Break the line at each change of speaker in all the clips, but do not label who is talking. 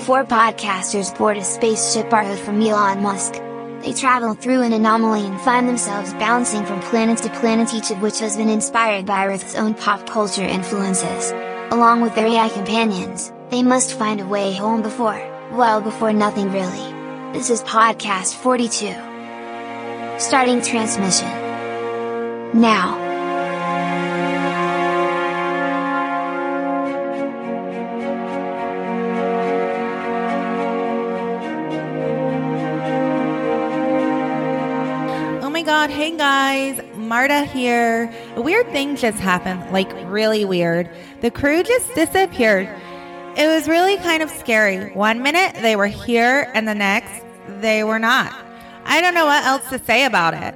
Four podcasters board a spaceship borrowed from Elon Musk. They travel through an anomaly and find themselves bouncing from planet to planet, each of which has been inspired by Earth's own pop culture influences. Along with their AI companions, they must find a way home before, well, before nothing really. This is Podcast 42. Starting transmission. Now.
Oh my God. Hey guys, Marta here. A weird thing just happened, like really weird. The crew just disappeared. It was really kind of scary. One minute they were here, and the next they were not. I don't know what else to say about it.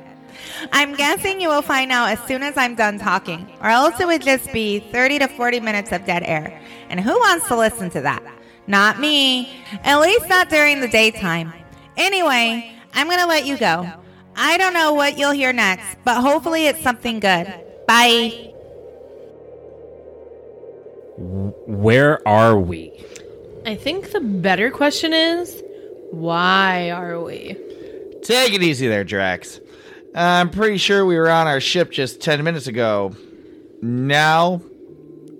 I'm guessing you will find out as soon as I'm done talking, or else it would just be 30 to 40 minutes of dead air. And who wants to listen to that? Not me. At least not during the daytime. Anyway, I'm going to let you go. I don't know what you'll hear next, but hopefully it's something good. Bye.
Where are we?
I think the better question is why are we?
Take it easy there, Drax. I'm pretty sure we were on our ship just 10 minutes ago. Now,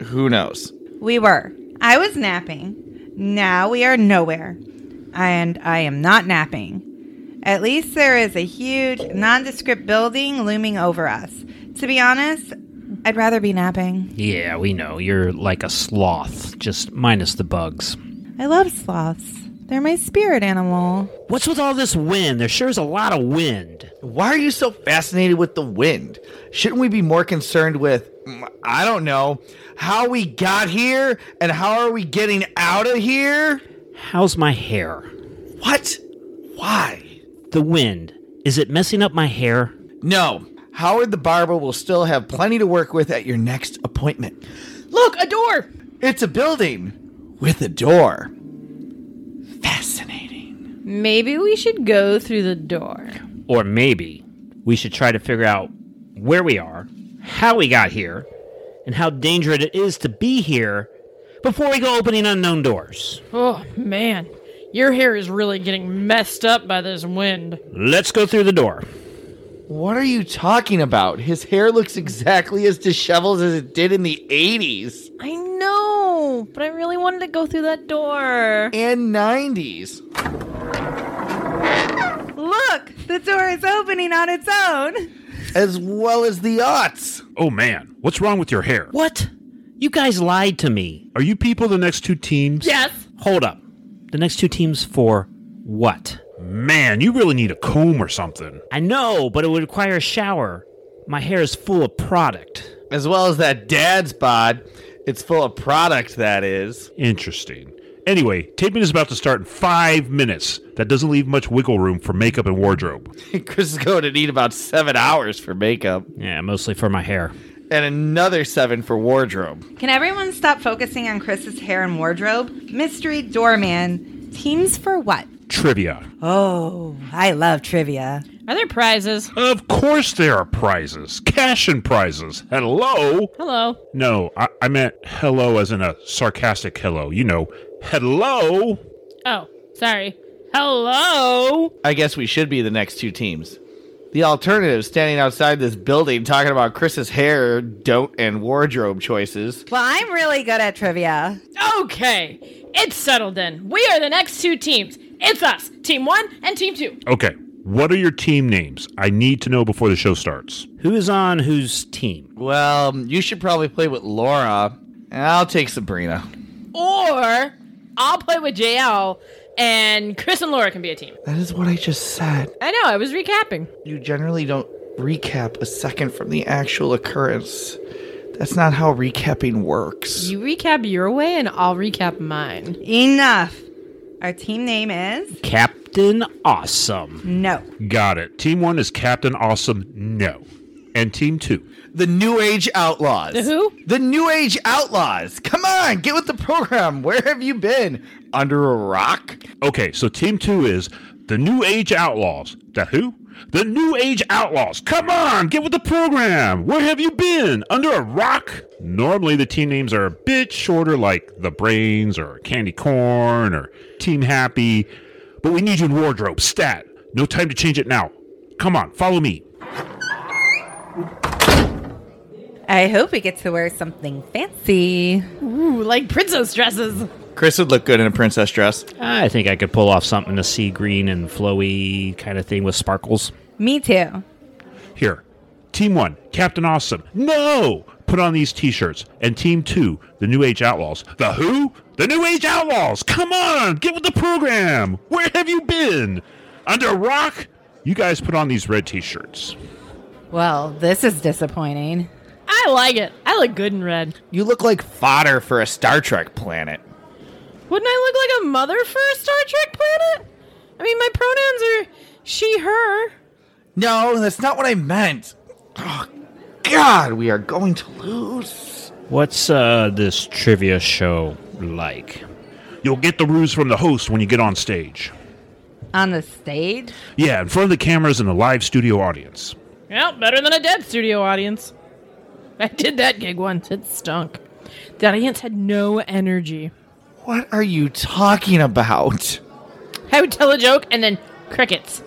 who knows?
We were. I was napping. Now we are nowhere. And I am not napping. At least there is a huge, nondescript building looming over us. To be honest, I'd rather be napping.
Yeah, we know. You're like a sloth, just minus the bugs.
I love sloths, they're my spirit animal.
What's with all this wind? There sure is a lot of wind.
Why are you so fascinated with the wind? Shouldn't we be more concerned with, mm, I don't know, how we got here and how are we getting out of here?
How's my hair?
What? Why?
The wind. Is it messing up my hair?
No. Howard the Barber will still have plenty to work with at your next appointment.
Look, a door!
It's a building with a door. Fascinating.
Maybe we should go through the door.
Or maybe we should try to figure out where we are, how we got here, and how dangerous it is to be here before we go opening unknown doors.
Oh, man. Your hair is really getting messed up by this wind.
Let's go through the door.
What are you talking about? His hair looks exactly as disheveled as it did in the 80s
I know, but I really wanted to go through that door.
and 90s.
Look, the door is opening on its own.
as well as the aughts.
Oh man, what's wrong with your hair?
What? You guys lied to me.
Are you people the next two teams?
Yes!
Hold up. The next two teams for what?
Man, you really need a comb or something.
I know, but it would require a shower. My hair is full of product.
As well as that dad's bod. It's full of product, that is.
Interesting. Anyway, taping is about to start in five minutes. That doesn't leave much wiggle room for makeup and wardrobe.
Chris is going to need about seven hours for makeup
Yeah, mostly for my hair.
and another seven for wardrobe.
Can everyone stop focusing on Chris's hair and wardrobe? Mystery doorman. Teams for what?
Trivia.
Oh, I love trivia.
Are there prizes?
Of course there are prizes. Cash and prizes. Hello?
Hello.
No, I, I meant hello as in a sarcastic hello. You know, hello?
Oh, sorry. Hello?
I guess we should be the next two teams. The alternative is standing outside this building talking about Chris's hair, don't, and wardrobe choices.
Well, I'm really good at trivia.
Okay, it's settled then. We are the next two teams. It's us, Team 1 and Team 2.
Okay, what are your team names? I need to know before the show starts.
Who is on whose team?
Well, you should probably play with Laura. I'll take Sabrina.
Or I'll play with JL and Chris and Laura can be a team.
That is what I just said.
I know, I was recapping.
you generally don't recap a second from the actual occurrence. That's not how recapping works.
You recap your way and I'll recap mine.
Enough. Our team name is?
Captain Awesome.
No.
Got it. Team one is Captain Awesome. No. And team two.
The New Age Outlaws.
The who?
The New Age Outlaws. Come on, get with the program. Where have you been? Under a rock?
Okay, so team two is The New Age Outlaws. That who? The New Age Outlaws. Come on, get with the program. Where have you been? Under a rock? Normally, the team names are a bit shorter, like The Brains or Candy Corn or Team Happy. But we need you in wardrobe, stat. No time to change it now. Come on, follow me.
I hope he gets to wear something fancy.
Ooh, like princess dresses.
Chris would look good in a princess dress.
I think I could pull off something a sea green and flowy kind of thing with sparkles.
Me too.
Here, Team 1, Captain Awesome. No! Put on these t shirts. And Team 2, the New Age Outlaws. The who? The New Age Outlaws! Come on! Get with the program! Where have you been? Under a rock? You guys put on these red t shirts.
Well, this is disappointing.
I like it. I look good in red.
You look like fodder for a Star Trek planet.
Wouldn't I look like a mother for a Star Trek planet? I mean, my pronouns are she, her.
No, that's not what I meant. Oh, God, we are going to lose.
What's uh, this trivia show like?
You'll get the ruse from the host when you get on stage.
On the stage?
Yeah, in front of the cameras and the live studio audience.
Well, better than a dead studio audience. I did that gig once. It stunk. The audience had no energy.
What are you talking about?
I would tell a joke and then crickets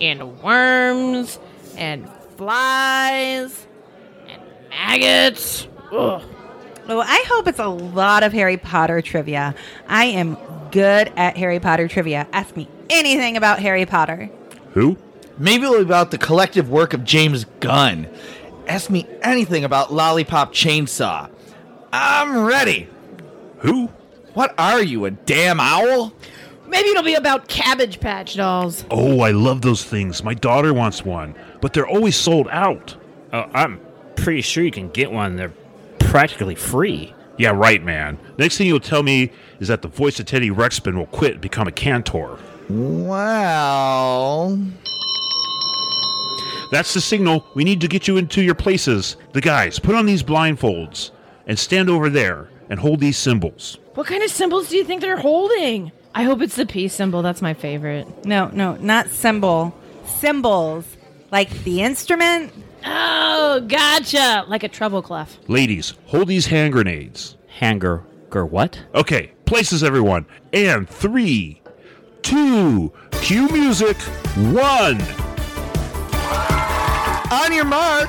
and worms and flies and maggots. Ugh.
Well, I hope it's a lot of Harry Potter trivia. I am good at Harry Potter trivia. Ask me anything about Harry Potter.
Who?
Maybe it'll be about the collective work of James Gunn. Ask me anything about Lollipop Chainsaw. I'm ready.
Who?
What are you, a damn owl?
Maybe it'll be about Cabbage Patch dolls.
Oh, I love those things. My daughter wants one, but they're always sold out.
Oh, I'm pretty sure you can get one. They're practically free.
Yeah, right, man. Next thing you'll tell me is that the voice of Teddy Rexpin will quit and become a cantor.
Well,
That's the signal. We need to get you into your places. The guys, put on these blindfolds and stand over there and hold these symbols.
What kind of symbols do you think they're holding? I hope it's the peace symbol. That's my favorite.
No, no, not symbol. Symbols. Like the instrument?
Oh, gotcha. Like a treble clef.
Ladies, hold these hand grenades.
Hanger, ger what?
Okay, places, everyone. And three, two, cue music, one.
on your mark,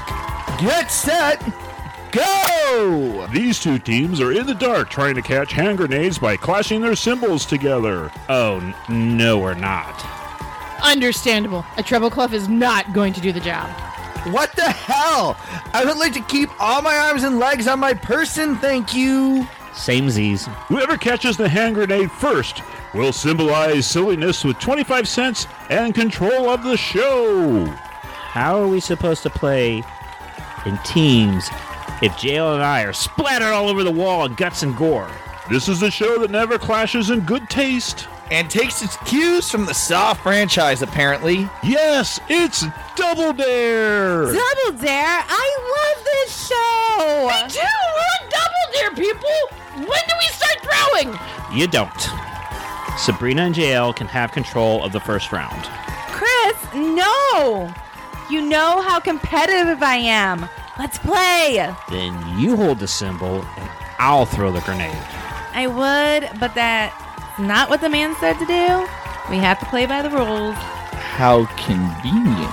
get set, go!
These two teams are in the dark trying to catch hand grenades by clashing their symbols together.
Oh, n- no, we're not.
Understandable. A treble clef is not going to do the job.
What the hell? I would like to keep all my arms and legs on my person, thank you.
Same Z's.
Whoever catches the hand grenade first will symbolize silliness with 25 cents and control of the show.
How are we supposed to play in teams if Jail and I are splattered all over the wall in guts and gore?
This is the show that never clashes in good taste.
And takes its cues from the Saw franchise, apparently.
Yes, it's Double Dare.
Double Dare? I love this show!
Two, we're on double dare, people. When do we start throwing?
You don't. Sabrina and Jail can have control of the first round.
Chris, no! You know how competitive I am. Let's play!
Then you hold the symbol and I'll throw the grenade.
I would, but that's not what the man said to do. We have to play by the rules.
How convenient.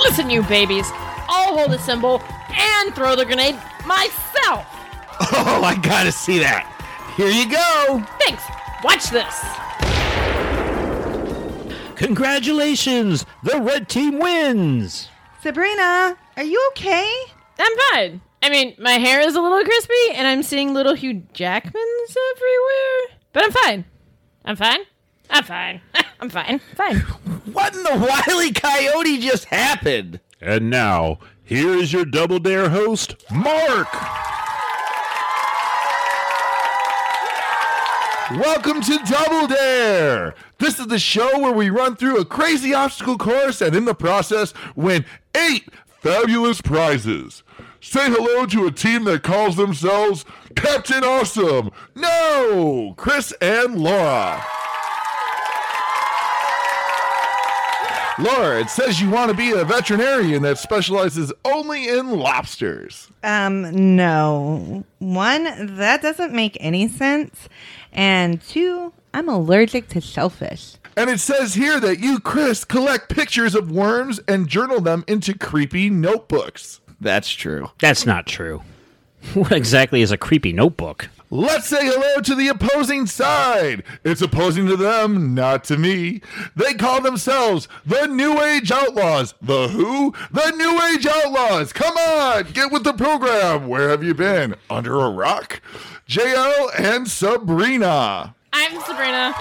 Listen, you babies. I'll hold a symbol and throw the grenade myself.
Oh, I gotta see that. Here you go.
Thanks. Watch this.
Congratulations! The red team wins!
Sabrina, are you okay?
I'm fine. I mean, my hair is a little crispy, and I'm seeing little Hugh Jackmans everywhere. But I'm fine. I'm fine. I'm fine. I'm fine. Fine.
What in the
E.
wily coyote just happened?
And now, here is your Double Dare host, Mark.
Welcome to Double Dare. This is the show where we run through a crazy obstacle course and in the process win eight fabulous prizes. Say hello to a team that calls themselves Captain Awesome. No, Chris and Laura. Laura, it says you want to be a veterinarian that specializes only in lobsters.
Um, no. One, that doesn't make any sense. And two, I'm allergic to shellfish.
And it says here that you, Chris, collect pictures of worms and journal them into creepy notebooks. That's true.
That's not true. What exactly is a creepy notebook?
Let's say hello to the opposing side. It's opposing to them, not to me. They call themselves the New Age Outlaws. The who? The New Age Outlaws. Come on, get with the program. Where have you been? Under a rock? JL and Sabrina.
I'm Sabrina.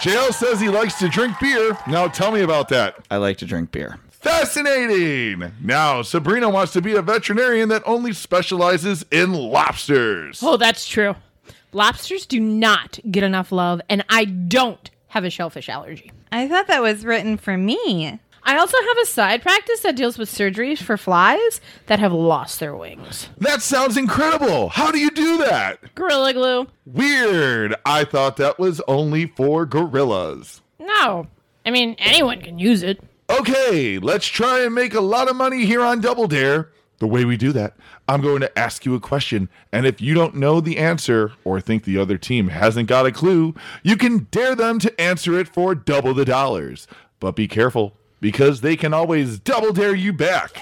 JL says he likes to drink beer. Now tell me about that.
I like to drink beer.
Fascinating! Now, Sabrina wants to be a veterinarian that only specializes in lobsters.
Oh, that's true. Lobsters do not get enough love, and I don't have a shellfish allergy.
I thought that was written for me.
I also have a side practice that deals with surgeries for flies that have lost their wings.
That sounds incredible! How do you do that?
Gorilla glue.
Weird! I thought that was only for gorillas.
No. I mean, anyone can use it.
Okay, let's try and make a lot of money here on Double Dare. The way we do that, I'm going to ask you a question, and if you don't know the answer or think the other team hasn't got a clue, you can dare them to answer it for double the dollars. But be careful, because they can always double dare you back.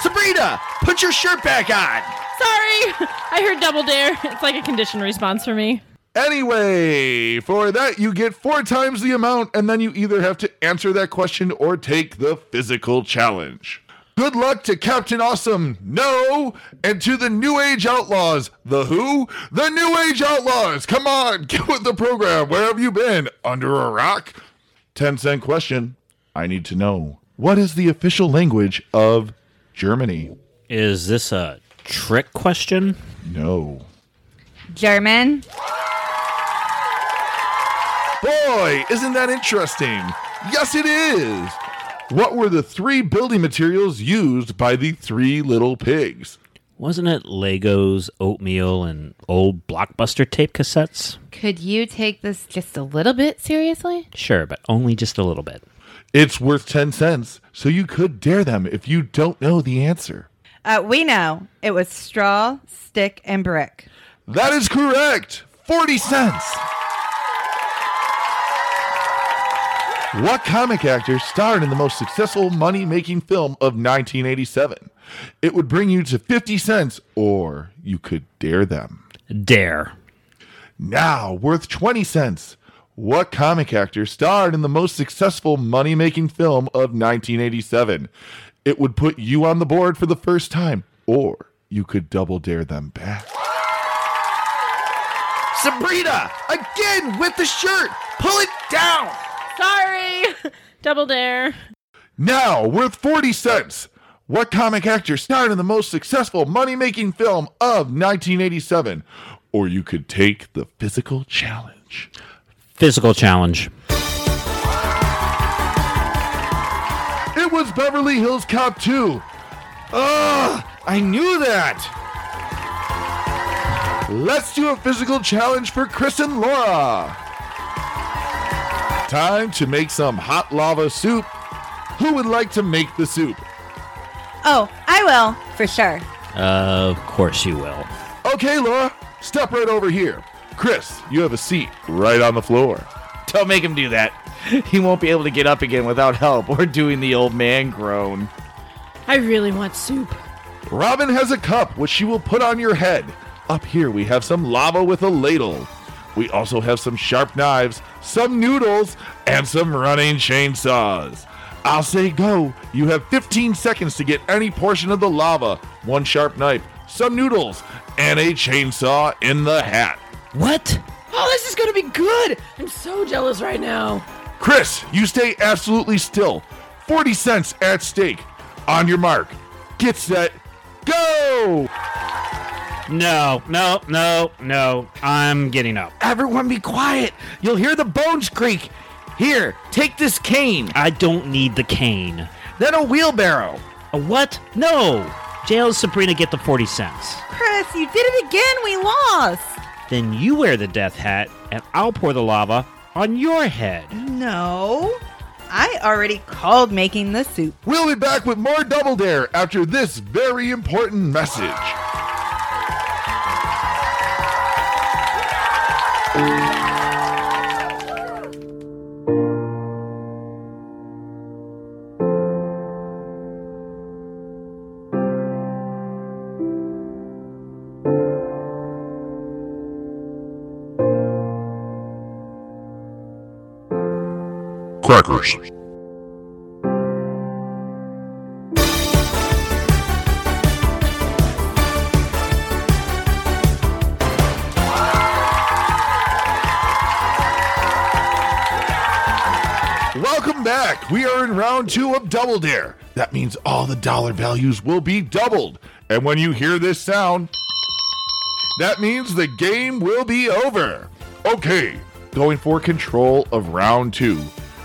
Sabrina, put your shirt back on.
Sorry. I heard double dare. It's like a conditioned response for me.
Anyway, for that, you get four times the amount, and then you either have to answer that question or take the physical challenge. Good luck to Captain Awesome, no, and to the New Age Outlaws, the who? The New Age Outlaws! Come on, get with the program. Where have you been? Under a rock? 10 cent question. I need to know what is the official language of Germany?
Is this a trick question?
No.
German.
Boy, isn't that interesting? Yes, it is. What were the three building materials used by the three little pigs?
Wasn't it Legos, oatmeal, and old blockbuster tape cassettes?
Could you take this just a little bit seriously?
Sure, but only just a little bit.
It's worth 10 cents, so you could dare them if you don't know the answer.
Uh, we know it was straw, stick, and brick.
That is correct. 40 cents. What comic actor starred in the most successful money making film of 1987? It would bring you to 50 cents, or you could dare them.
Dare.
now worth 20 cents. What comic actor starred in the most successful money making film of 1987? It would put you on the board for the first time, or you could double dare them back.
Sabrina, again with the shirt. Pull it down.
Sorry. Double dare.
Now worth 40 cents. What comic actor starred in the most successful money making film of 1987? Or you could take the physical challenge.
Physical challenge.
It was Beverly Hills Cop 2.
Ugh, I knew that.
Let's do a physical challenge for Chris and Laura. Time to make some hot lava soup. Who would like to make the soup?
Oh, I will, for sure.
Of course you will.
Okay, Laura, step right over here. Chris, you have a seat right on the floor.
Don't make him do that. He won't be able to get up again without help or doing the old man groan.
I really want soup.
Robin has a cup which she will put on your head. Up here we have some lava with a ladle. We also have some sharp knives, some noodles, and some running chainsaws. I'll say go. You have 15 seconds to get any portion of the lava, one sharp knife, some noodles, and a chainsaw in the hat.
What?
Oh, this is going to be good. I'm so jealous right now.
Chris, you stay absolutely still. 40 cents at stake. On your mark. Get set. Go!
No, no, no, no. I'm getting up.
Everyone be quiet. You'll hear the bones creak. Here, take this cane,
I don't need the cane.
then a wheelbarrow.
A what? No. Jail Sabrina get the 40 cents.
Chris, you did it again. We lost.
Then you wear the death hat, and I'll pour the lava, on your head.
No. I already called making the soup.
We'll be back with more Double Dare after this very important message.
Crackers.
Welcome back. We are in round two of Double Dare. That means all the dollar values will be doubled. And when you hear this sound, that means the game will be over. Okay, going for control of round two.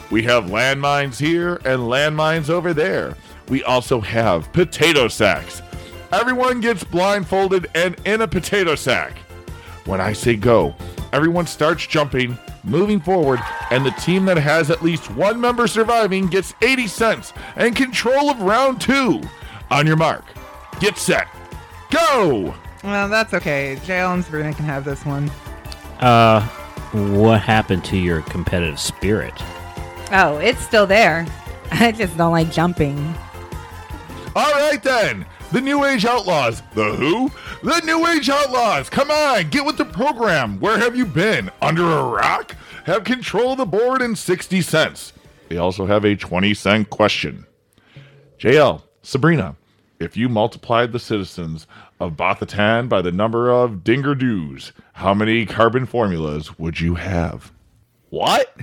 We have landmines here and landmines over there. We also have potato sacks. Everyone gets blindfolded and in a potato sack. When I say go, everyone starts jumping, moving forward, and the team that has at least one member surviving gets 80 cents and control of round two. On your mark, get set, go!
Well, that's okay. Jail and Sabrina can have this one.
Uh, what happened to your competitive spirit?
Oh, it's still there. I just don't like jumping.
All right then, the New Age Outlaws. The who? The New Age Outlaws. Come on, get with the program. Where have you been? Under a rock? Have control of the board and 60 cents. They also have a 20 cent question. JL, Sabrina, if you multiplied the citizens of Bothatan by the number of dingerdoos, how many carbon formulas would you have? What?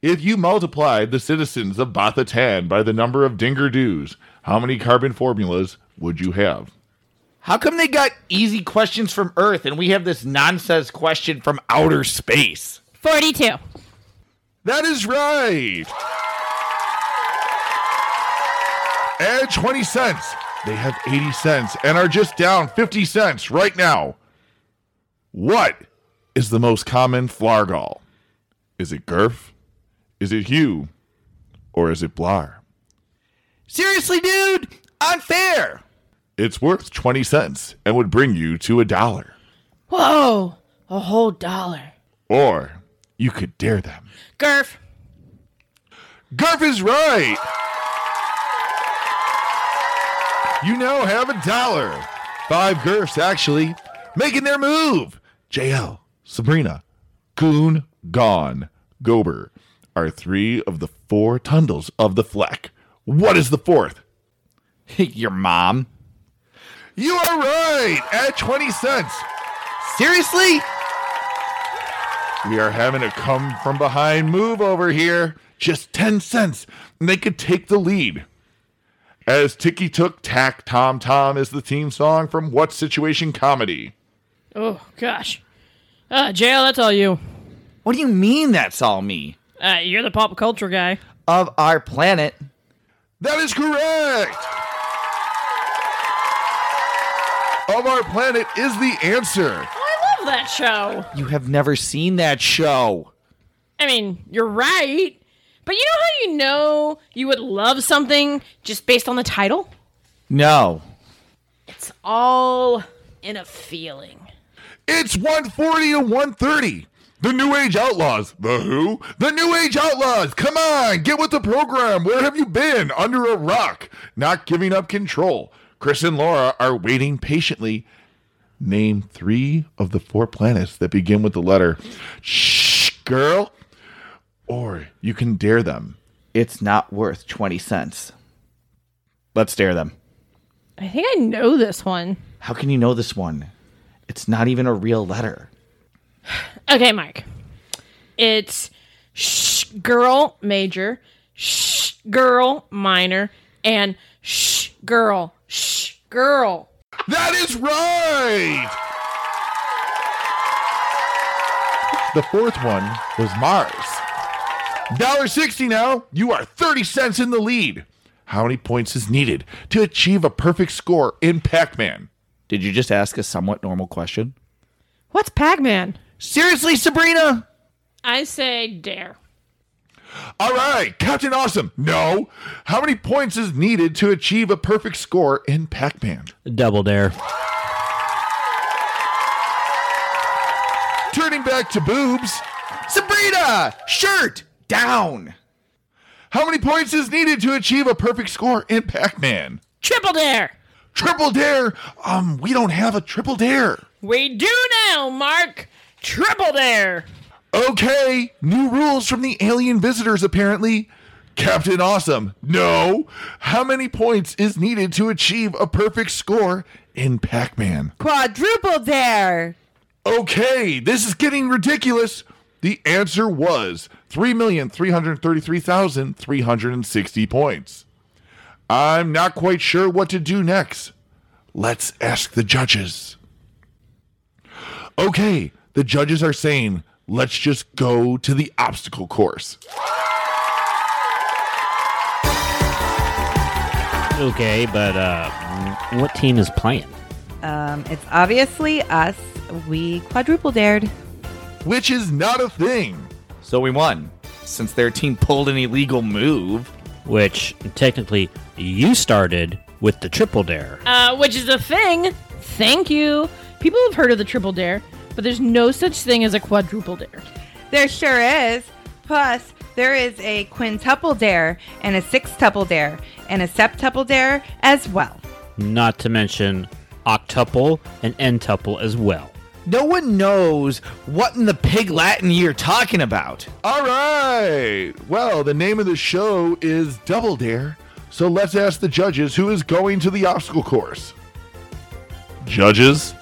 If you multiplied the citizens of Bothatan by the number of dingerdoos, how many carbon formulas would you have?
How come they got easy questions from Earth and we have this nonsense question from outer space?
42.
That is right. Add 20 cents. They have 80 cents and are just down 50 cents right now. What is the most common flargal? Is it Gerf? Is it Hugh? Or is it Blar?
Seriously, dude? Unfair.
It's worth 20 cents and would bring you to a dollar.
Whoa. A whole dollar.
Or you could dare them.
Gerf.
Garf is right. You now have a dollar. Five Gurfs actually making their move. JL, Sabrina, Goon, Gone, Gober are three of the four tundles of the fleck. What is the fourth?
Your mom.
You are right at 20 cents.
Seriously?
We are having a come from behind move over here. Just 10 cents, and they could take the lead. As Tiki Took Tack Tom Tom is the theme song from What Situation Comedy.
Oh, gosh. Uh, Jail, that's all you.
What do you mean that's all me?
Uh, you're the pop culture guy.
Of our planet.
That is correct! of our planet is the answer.
I love that show.
You have never seen that show.
I mean, you're right. But you know how you know you would love something just based on the title?
No.
It's all in a feeling.
It's 140 to 130. The New Age Outlaws. The who? The New Age Outlaws. Come on, get with the program. Where have you been? Under a rock. Not giving up control. Chris and Laura are waiting patiently. Name three of the four planets that begin with the letter Shh, girl. Or you can dare them.
It's not worth 20 cents. Let's dare them.
I think I know this one.
How can you know this one? It's not even a real letter.
Okay, Mark. It's sh girl major, sh girl minor, and sh girl, sh girl.
That is right. The fourth one was Mars. Dollar sixty now. You are thirty cents in the lead. How many points is needed to achieve a perfect score in Pac-Man?
Did you just ask a somewhat normal question?
What's Pac Man?
Seriously, Sabrina?
I say dare.
All right, Captain Awesome. No. How many points is needed to achieve a perfect score in Pac Man?
Double dare.
Turning back to boobs,
Sabrina, shirt down.
how many points is needed to achieve a perfect score in Pac Man?
Triple dare.
Triple dare. Um, we don't have a triple dare.
We do now, Mark. Triple dare.
Okay, new rules from the alien visitors apparently. Captain Awesome, no. How many points is needed to achieve a perfect score in Pac Man?
Quadruple dare.
Okay, this is getting ridiculous. The answer was 3,333,360 points. I'm not quite sure what to do next. Let's ask the judges. Okay, the judges are saying, let's just go to the obstacle course.
Okay, but uh, what team is playing?
Um, it's obviously us. We quadruple dared.
which is not a thing.
So we won. Since their team pulled an illegal move.
Which technically you started with the triple dare.
Uh, which is a thing. Thank you. People have heard of the triple dare, but there's no such thing as a quadruple dare.
There sure is. Plus, there is a quintuple dare and a sextuple dare and a septuple dare as well.
Not to mention octuple and entuple as well.
No one knows what in the pig Latin you're talking about.
All right. Well, the name of the show is Double Dare. So let's ask the judges who is going to the obstacle course. Judges?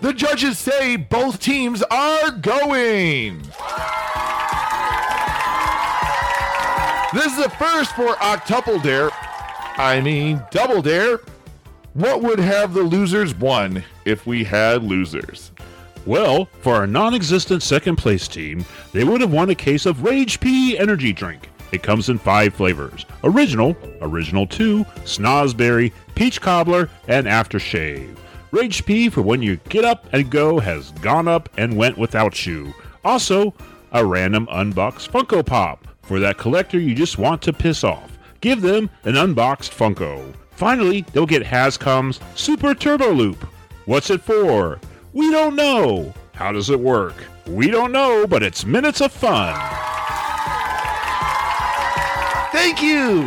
The judges say both teams are going. This is the first for Octuple Dare. I mean, Double Dare. What would have the losers won if we had losers?
Well, for our non existent second place team, they would have won a case of Rage P energy drink. It comes in five flavors Original, Original 2, Snozberry, Peach Cobbler, and Aftershave. Rage P for when you get up and go has gone up and went without you. Also, a random unboxed Funko Pop for that collector you just want to piss off. Give them an unboxed Funko. Finally, they'll get Hascom's Super Turbo Loop. What's it for? We don't know. How does it work? We don't know, but it's minutes of fun.
Thank you.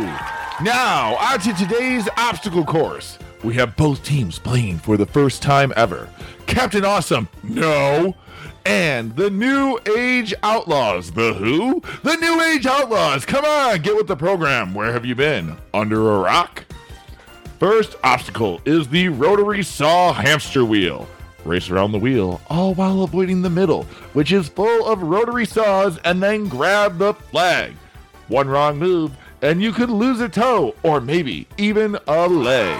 Now, on to today's obstacle course. We have both teams playing for the first time ever. Captain Awesome, no. And the New Age Outlaws, the who? The New Age Outlaws, come on, get with the program. Where have you been? Under a rock? First obstacle is the rotary saw hamster wheel. Race around the wheel, all while avoiding the middle, which is full of rotary saws, and then grab the flag. One wrong move, and you could lose a toe, or maybe even a leg.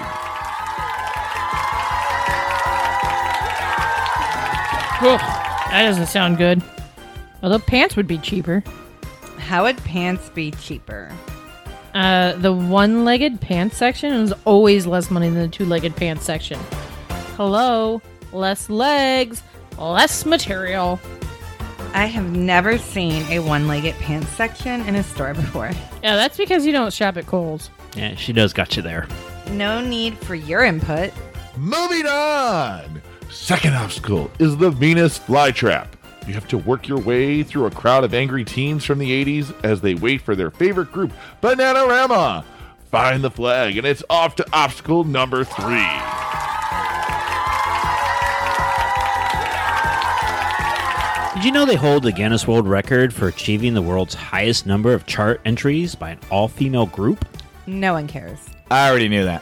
Cool. That doesn't sound good. Although pants would be cheaper.
How would pants be cheaper?
Uh, the one-legged pants section is always less money than the two-legged pants section. Hello, less legs, less material.
I have never seen a one legged pants section in a store before.
Yeah, that's because you don't shop at Kohl's.
Yeah, she does got you there.
No need for your input.
Moving on! Second obstacle is the Venus flytrap. You have to work your way through a crowd of angry teens from the 80s as they wait for their favorite group, Bananarama. Find the flag, and it's off to obstacle number three.
Did you know they hold the Guinness World Record for achieving the world's highest number of chart entries by an all female group?
No one cares.
I already knew that.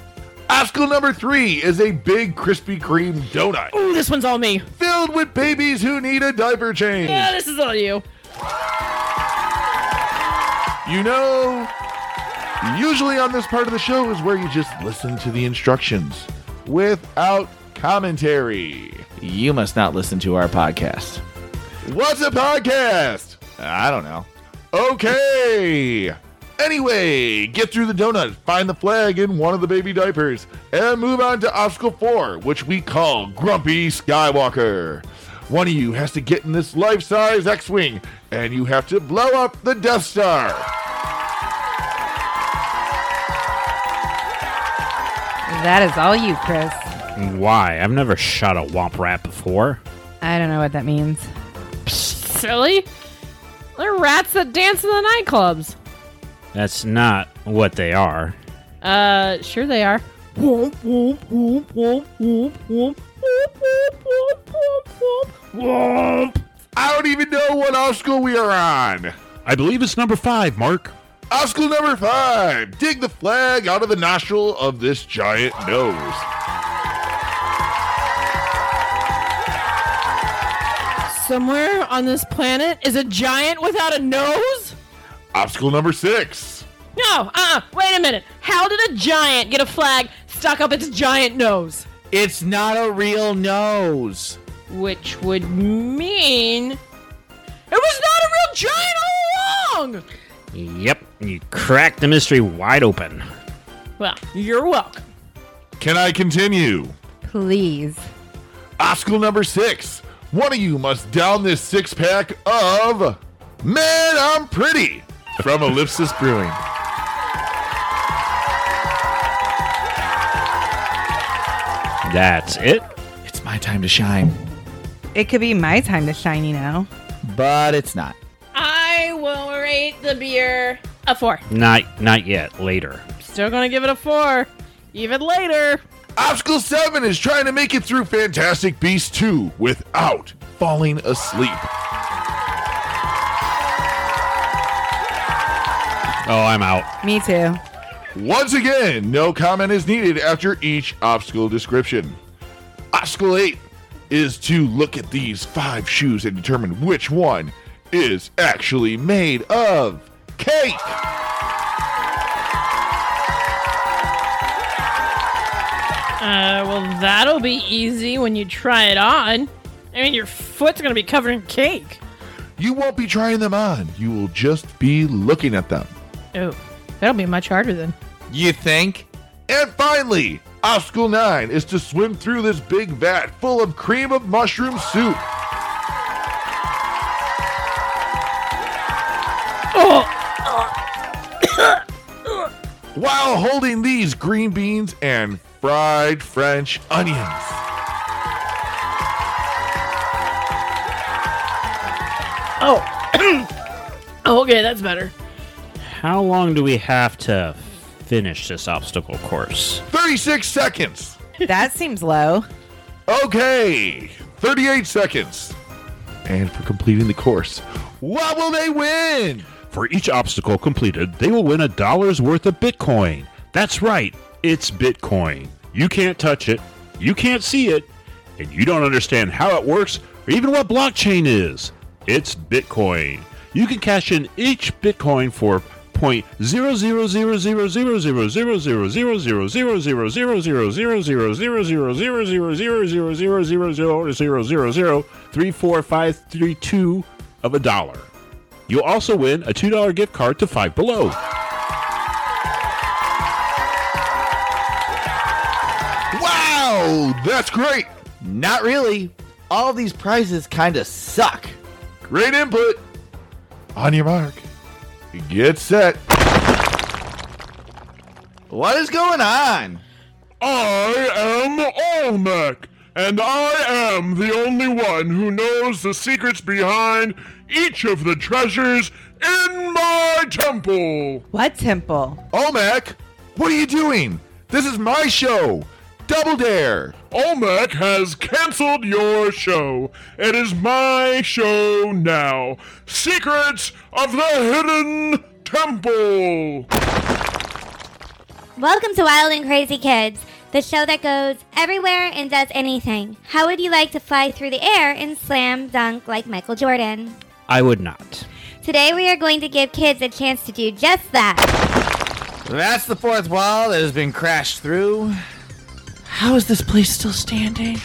Obstacle number three is a big Krispy Kreme donut
Ooh, this one's all me.
filled with babies who need a diaper change.
Yeah, this is all you.
You know, usually on this part of the show is where you just listen to the instructions without commentary.
You must not listen to our podcast.
What's a podcast?
I don't know.
Okay. Anyway, get through the donut, find the flag in one of the baby diapers, and move on to obstacle four, which we call Grumpy Skywalker. One of you has to get in this life size X Wing, and you have to blow up the Death Star.
That is all you, Chris.
Why? I've never shot a womp rat before.
I don't know what that means.
Silly. They're rats that dance in the nightclubs.
That's not what they are.
Uh, sure they are. Womp, womp, womp, womp, womp, womp, womp, womp, womp, womp, womp, womp.
I don't even know what obstacle we are on.
I believe it's number five, Mark.
Obstacle number five dig the flag out of the nostril of this giant nose.
Somewhere on this planet is a giant without a nose?
Obstacle number six
No, uh-uh, wait a minute. How did a giant get a flag stuck up its giant nose?
It's not a real nose.
Which would mean it was not a real giant all along!
Yep, you cracked the mystery wide open.
Well, you're welcome.
Can I continue?
Please.
Obstacle number six one of you must down this six pack of Man, I'm Pretty from Ellipsis Brewing.
That's it.
It's my time to shine,
It could be my time to shine, you know.
but it's not.
I will rate the beer a four.
Not not yet, later.
Still gonna give it a four. Even later.
Obstacle 7 is trying to make it through Fantastic Beasts 2 without falling asleep.
Oh, I'm out.
Me too.
Once again, no comment is needed after each obstacle description. Obstacle 8 is to look at these five shoes and determine which one is actually made of cake.
Uh, well, that'll be easy when you try it on. I mean, your foot's gonna be covered in cake.
You won't be trying them on, you will just be looking at them.
Oh, that'll be much harder then.
You think?
And finally, obstacle 9 is to swim through this big vat full of cream of mushroom soup. While holding these green beans and fried French onions.
Oh, okay, that's better.
How long do we have to finish this obstacle course?
36 seconds.
That seems low.
Okay, 38 seconds. And for completing the course, what will they win?
For each obstacle completed, they will win a dollar's worth of Bitcoin. That's right, it's Bitcoin. You can't touch it, you can't see it, and you don't understand how it works or even what blockchain is. It's Bitcoin. You can cash in each Bitcoin for point zero zero zero zero zero zero zero zero zero zero zero zero zero zero zero zero zero zero zero zero zero zero zero zero zero zero zero zero three four five three two of a dollar. You'll also win a $2 gift card to Five Below.
Wow, that's great.
Not really. All these prizes kind of suck.
Great input. On your mark. Get set.
What is going on?
I am Olmec, and I am the only one who knows the secrets behind each of the treasures in my temple.
What temple?
Olmec, what are you doing? This is my show. Double Dare.
Olmec has canceled your show. It is my show now. Secrets of the Hidden Temple.
Welcome to Wild and Crazy Kids, the show that goes everywhere and does anything. How would you like to fly through the air and slam dunk like Michael Jordan?
I would not.
Today we are going to give kids a chance to do just that.
That's the fourth wall that has been crashed through. How is this place still standing?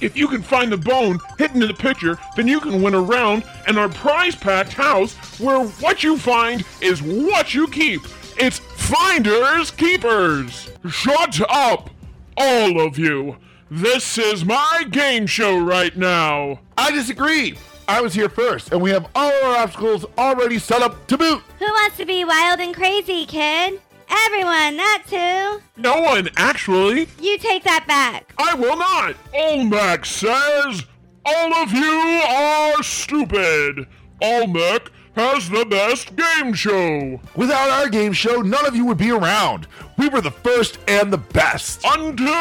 If you can find the bone hidden in the picture, then you can win a round in our prize packed house where what you find is what you keep. It's Finders Keepers. Shut up, all of you. This is my game show right now.
I disagree. I was here first, and we have all our obstacles already set up to boot.
Who wants to be wild and crazy, kid? Everyone, not two.
No one, actually.
You take that back.
I will not. Olmec says all of you are stupid. Olmec has the best game show.
Without our game show, none of you would be around. We were the first and the best.
Until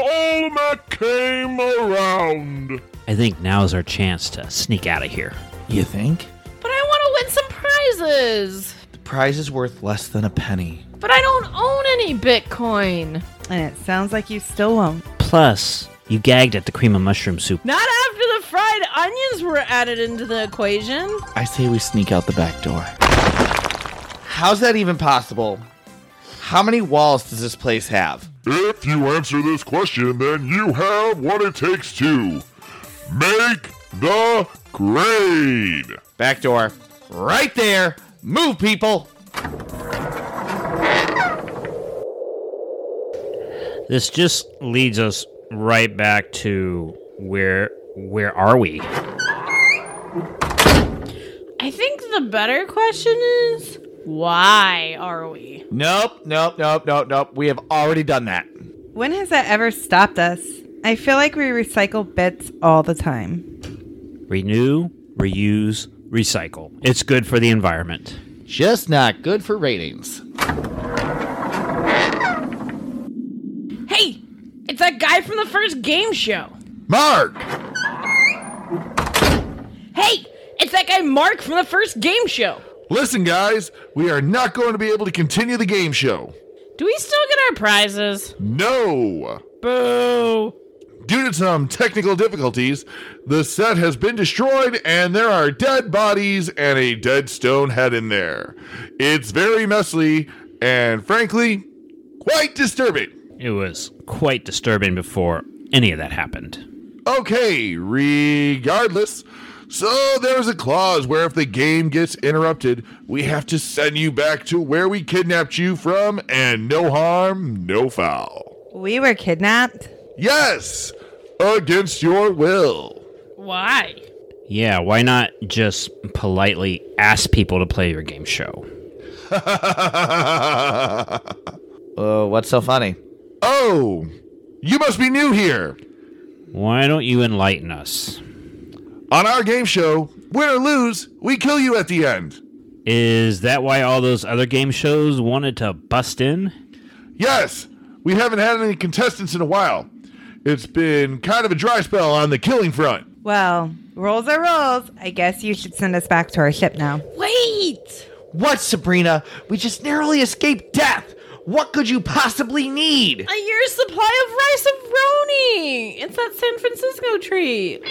Olmec came around.
I think now is our chance to sneak out of here.
You think?
But I want to win some prizes.
The prize is worth less than a penny.
But I don't own any Bitcoin.
And it sounds like you still won't.
Plus, you gagged at the cream of mushroom soup.
Not after the fried onions were added into the equation.
I say we sneak out the back door. How's that even possible? How many walls does this place have?
If you answer this question, then you have what it takes to make the grade.
Back door. Right there. Move, people.
This just leads us right back to where where are we?
I think the better question is why are we?
Nope, nope, nope, nope, nope. We have already done that.
When has that ever stopped us? I feel like we recycle bits all the time.
Renew, reuse, recycle. It's good for the environment.
Just not good for ratings.
Hey, it's that guy from the first game show.
Mark!
Hey, it's that guy Mark from the first game show.
Listen, guys, we are not going to be able to continue the game show.
Do we still get our prizes?
No!
Boo.
Due to some technical difficulties, the set has been destroyed and there are dead bodies and a dead stone head in there. It's very messy and frankly, quite disturbing.
It was quite disturbing before any of that happened.
Okay, regardless. So there's a clause where if the game gets interrupted, we have to send you back to where we kidnapped you from and no harm, no foul.
We were kidnapped.
Yes, against your will.
Why?
Yeah, why not just politely ask people to play your game show?
Oh, what's so funny?
Oh, you must be new here.
Why don't you enlighten us?
On our game show, win or lose, we kill you at the end.
Is that why all those other game shows wanted to bust in?
Yes, we haven't had any contestants in a while. It's been kind of a dry spell on the killing front.
Well, rules are rules. I guess you should send us back to our ship now.
Wait.
What, Sabrina? We just narrowly escaped death. What could you possibly need?
A year's supply of rice roni. It's that San Francisco treat.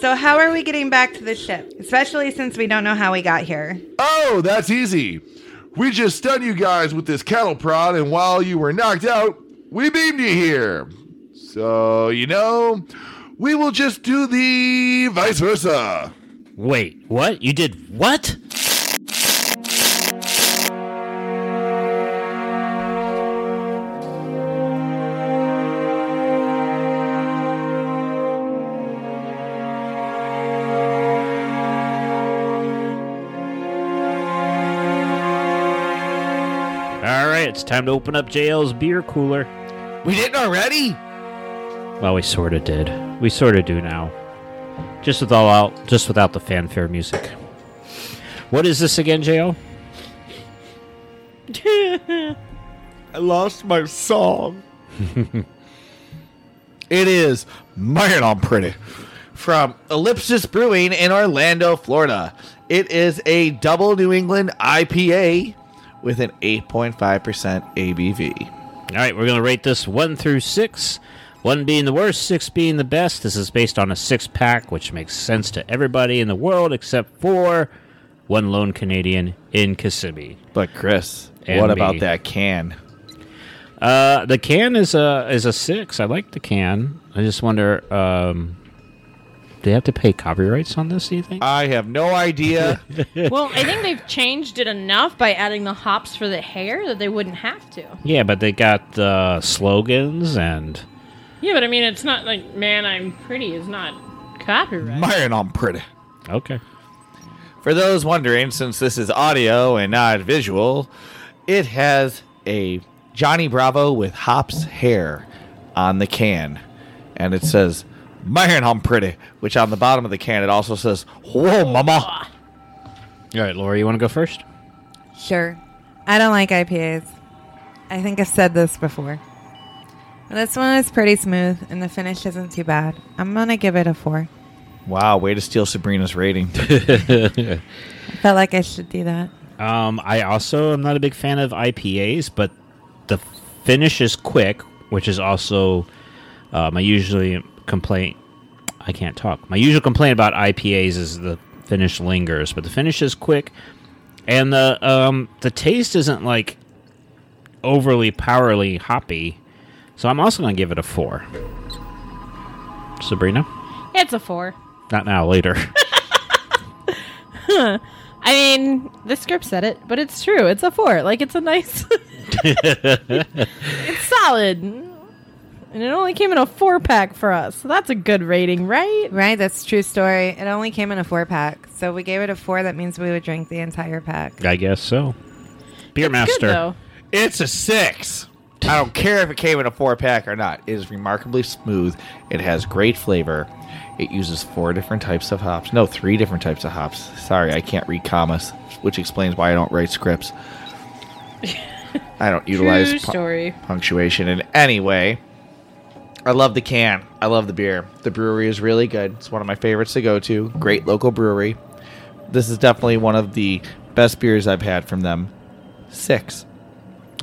So, how are we getting back to the ship? Especially since we don't know how we got here.
Oh, that's easy. We just stunned you guys with this cattle prod, and while you were knocked out, we beamed you here. So, you know, we will just do the vice versa.
Wait, what? You did what? All right, it's time to open up JL's beer cooler.
We didn't already?
Well, we sort of did. We sort of do now. Just with all out, just without the fanfare music. What is this again, JL?
I lost my song. it is Mine on Pretty from Ellipsis Brewing in Orlando, Florida. It is a double New England IPA with an 8.5% ABV.
All right, we're going to rate this one through six. One being the worst, six being the best. This is based on a six pack, which makes sense to everybody in the world except for one lone Canadian in Kissimmee.
But Chris,
And
what
me.
about that can?
Uh, the can is a is a six. I like the can. I just wonder, um, do they have to pay copyrights on this? Do you think?
I have no idea.
well, I think they've changed it enough by adding the hops for the hair that they wouldn't have to.
Yeah, but they got uh, slogans and
Yeah, but I mean, it's not like "Man, I'm Pretty" is not copyright.
Myron, I'm pretty.
Okay.
For those wondering, since this is audio and not visual, it has a Johnny Bravo with Hop's hair on the can. And it says, Man, I'm pretty, which on the bottom of the can it also says, Whoa, mama.
All right, Laura, you want to go first?
Sure. I don't like IPAs. I think I've said this before. But this one is pretty smooth and the finish isn't too bad. I'm going to give it a four.
Wow, way to steal Sabrina's rating.
I felt like I should do that.
Um, I also am not a big fan of IPAs, but the finish is quick, which is also uh, my usually complaint. I can't talk. My usual complaint about IPAs is the finish lingers, but the finish is quick, and the um, the taste isn't like overly powerly hoppy. So I'm also going to give it a four. Sabrina,
It's a four.
not now, later.
I mean, the script said it, but it's true. It's a four. Like it's a nice. it's solid, and it only came in a four pack for us. So that's a good rating, right?
Right, that's a true story. It only came in a four pack. So we gave it a four. That means we would drink the entire pack.
I guess so. Beer master.
Good though.
it's a six. I don't care if it came in a four pack or not. It is remarkably smooth. It has great flavor. It uses four different types of hops. No, three different types of hops. Sorry, I can't read commas, which explains why I don't write scripts. I don't utilize
True
pu-
story.
punctuation in any way. I love the can. I love the beer. The brewery is really good. It's one of my favorites to go to. Great local brewery. This is definitely one of the best beers I've had from them. Six.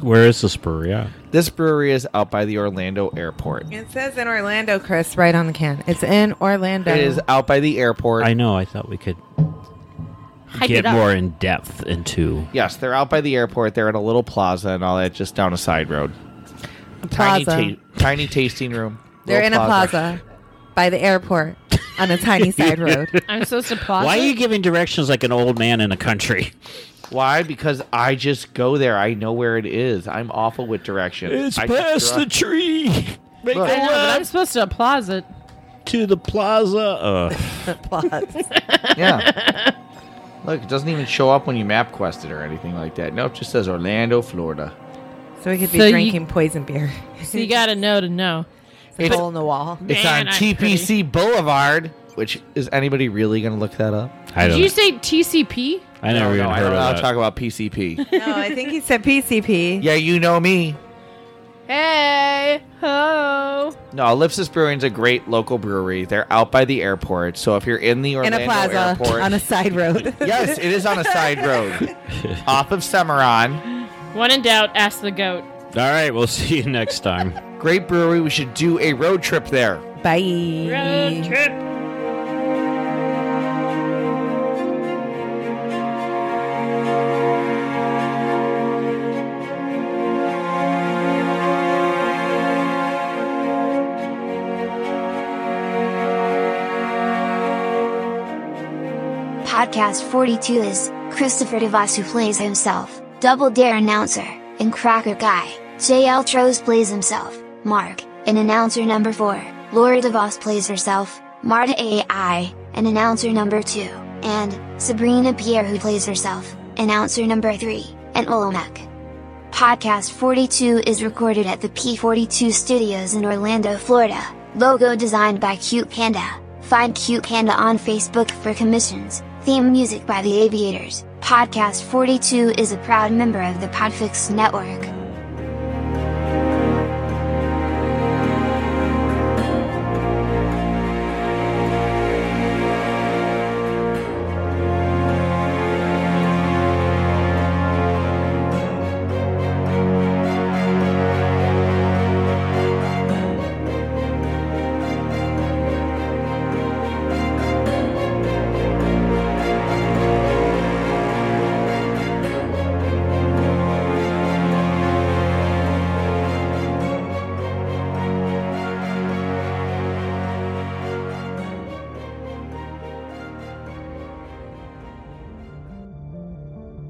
Where is this brewery at?
This brewery is out by the Orlando airport.
It says in Orlando, Chris, right on the can. It's in Orlando.
It is out by the airport.
I know. I thought we could
Hype
get
it up.
more in depth into.
yes, they're out by the airport. They're in a little plaza and all that, just down a side road. Tiny,
plaza.
ta- tiny tasting room.
They're
Little
in a plaza by the airport on a tiny side road.
I'm so surprised.
Why are you giving directions like an old man in a country?
Why? Because I just go there. I know where it is. I'm awful with directions. I just drive-
tree. Make
Look.
a
I know, but I'm
left
supposed to applause it.
to the plaza. Uh,
Plaza.
Yeah. Look, it doesn't even show up when you map quest it or anything like that. Nope, just says Orlando, Florida.
So we could be
So you-
drinking poison beer.
So you gotta know to know.
It's a hole in the wall.
It's on
Man, I'm
TPC Boulevard, which is anybody really going to look that up? Oh,
I
Did
don't.
you
know.
say TCP?
I never even
I
heard
don't know. I'll
of that.
talk about PCP.
No, I think he said PCP.
yeah, you know me.
Hey ho!
No, Ellipsis Brewing's a great local brewery. They're out by the airport, so if you're in the
in
Orlando
a plaza
airport,
on a side road.
yes, it is on a side road off of Cimarron.
When in doubt, ask the goat.
All right, we'll see you next time.
Great brewery. We should do a road trip there.
Bye.
Road trip.
Podcast 42 is Christopher DeVos, who plays himself, Double Dare announcer, and Cracker Guy. JL Tros plays himself, Mark, and announcer number 4. Laura DeVos plays herself, Marta AI, and announcer number 2. And Sabrina Pierre, who plays herself, announcer number 3, and Olmec. Podcast 42 is recorded at the P42 Studios in Orlando, Florida. Logo designed by Cute Panda. Find Cute Panda on Facebook for commissions. Theme music by The Aviators. Podcast 42 is a proud member of the Podfix Network.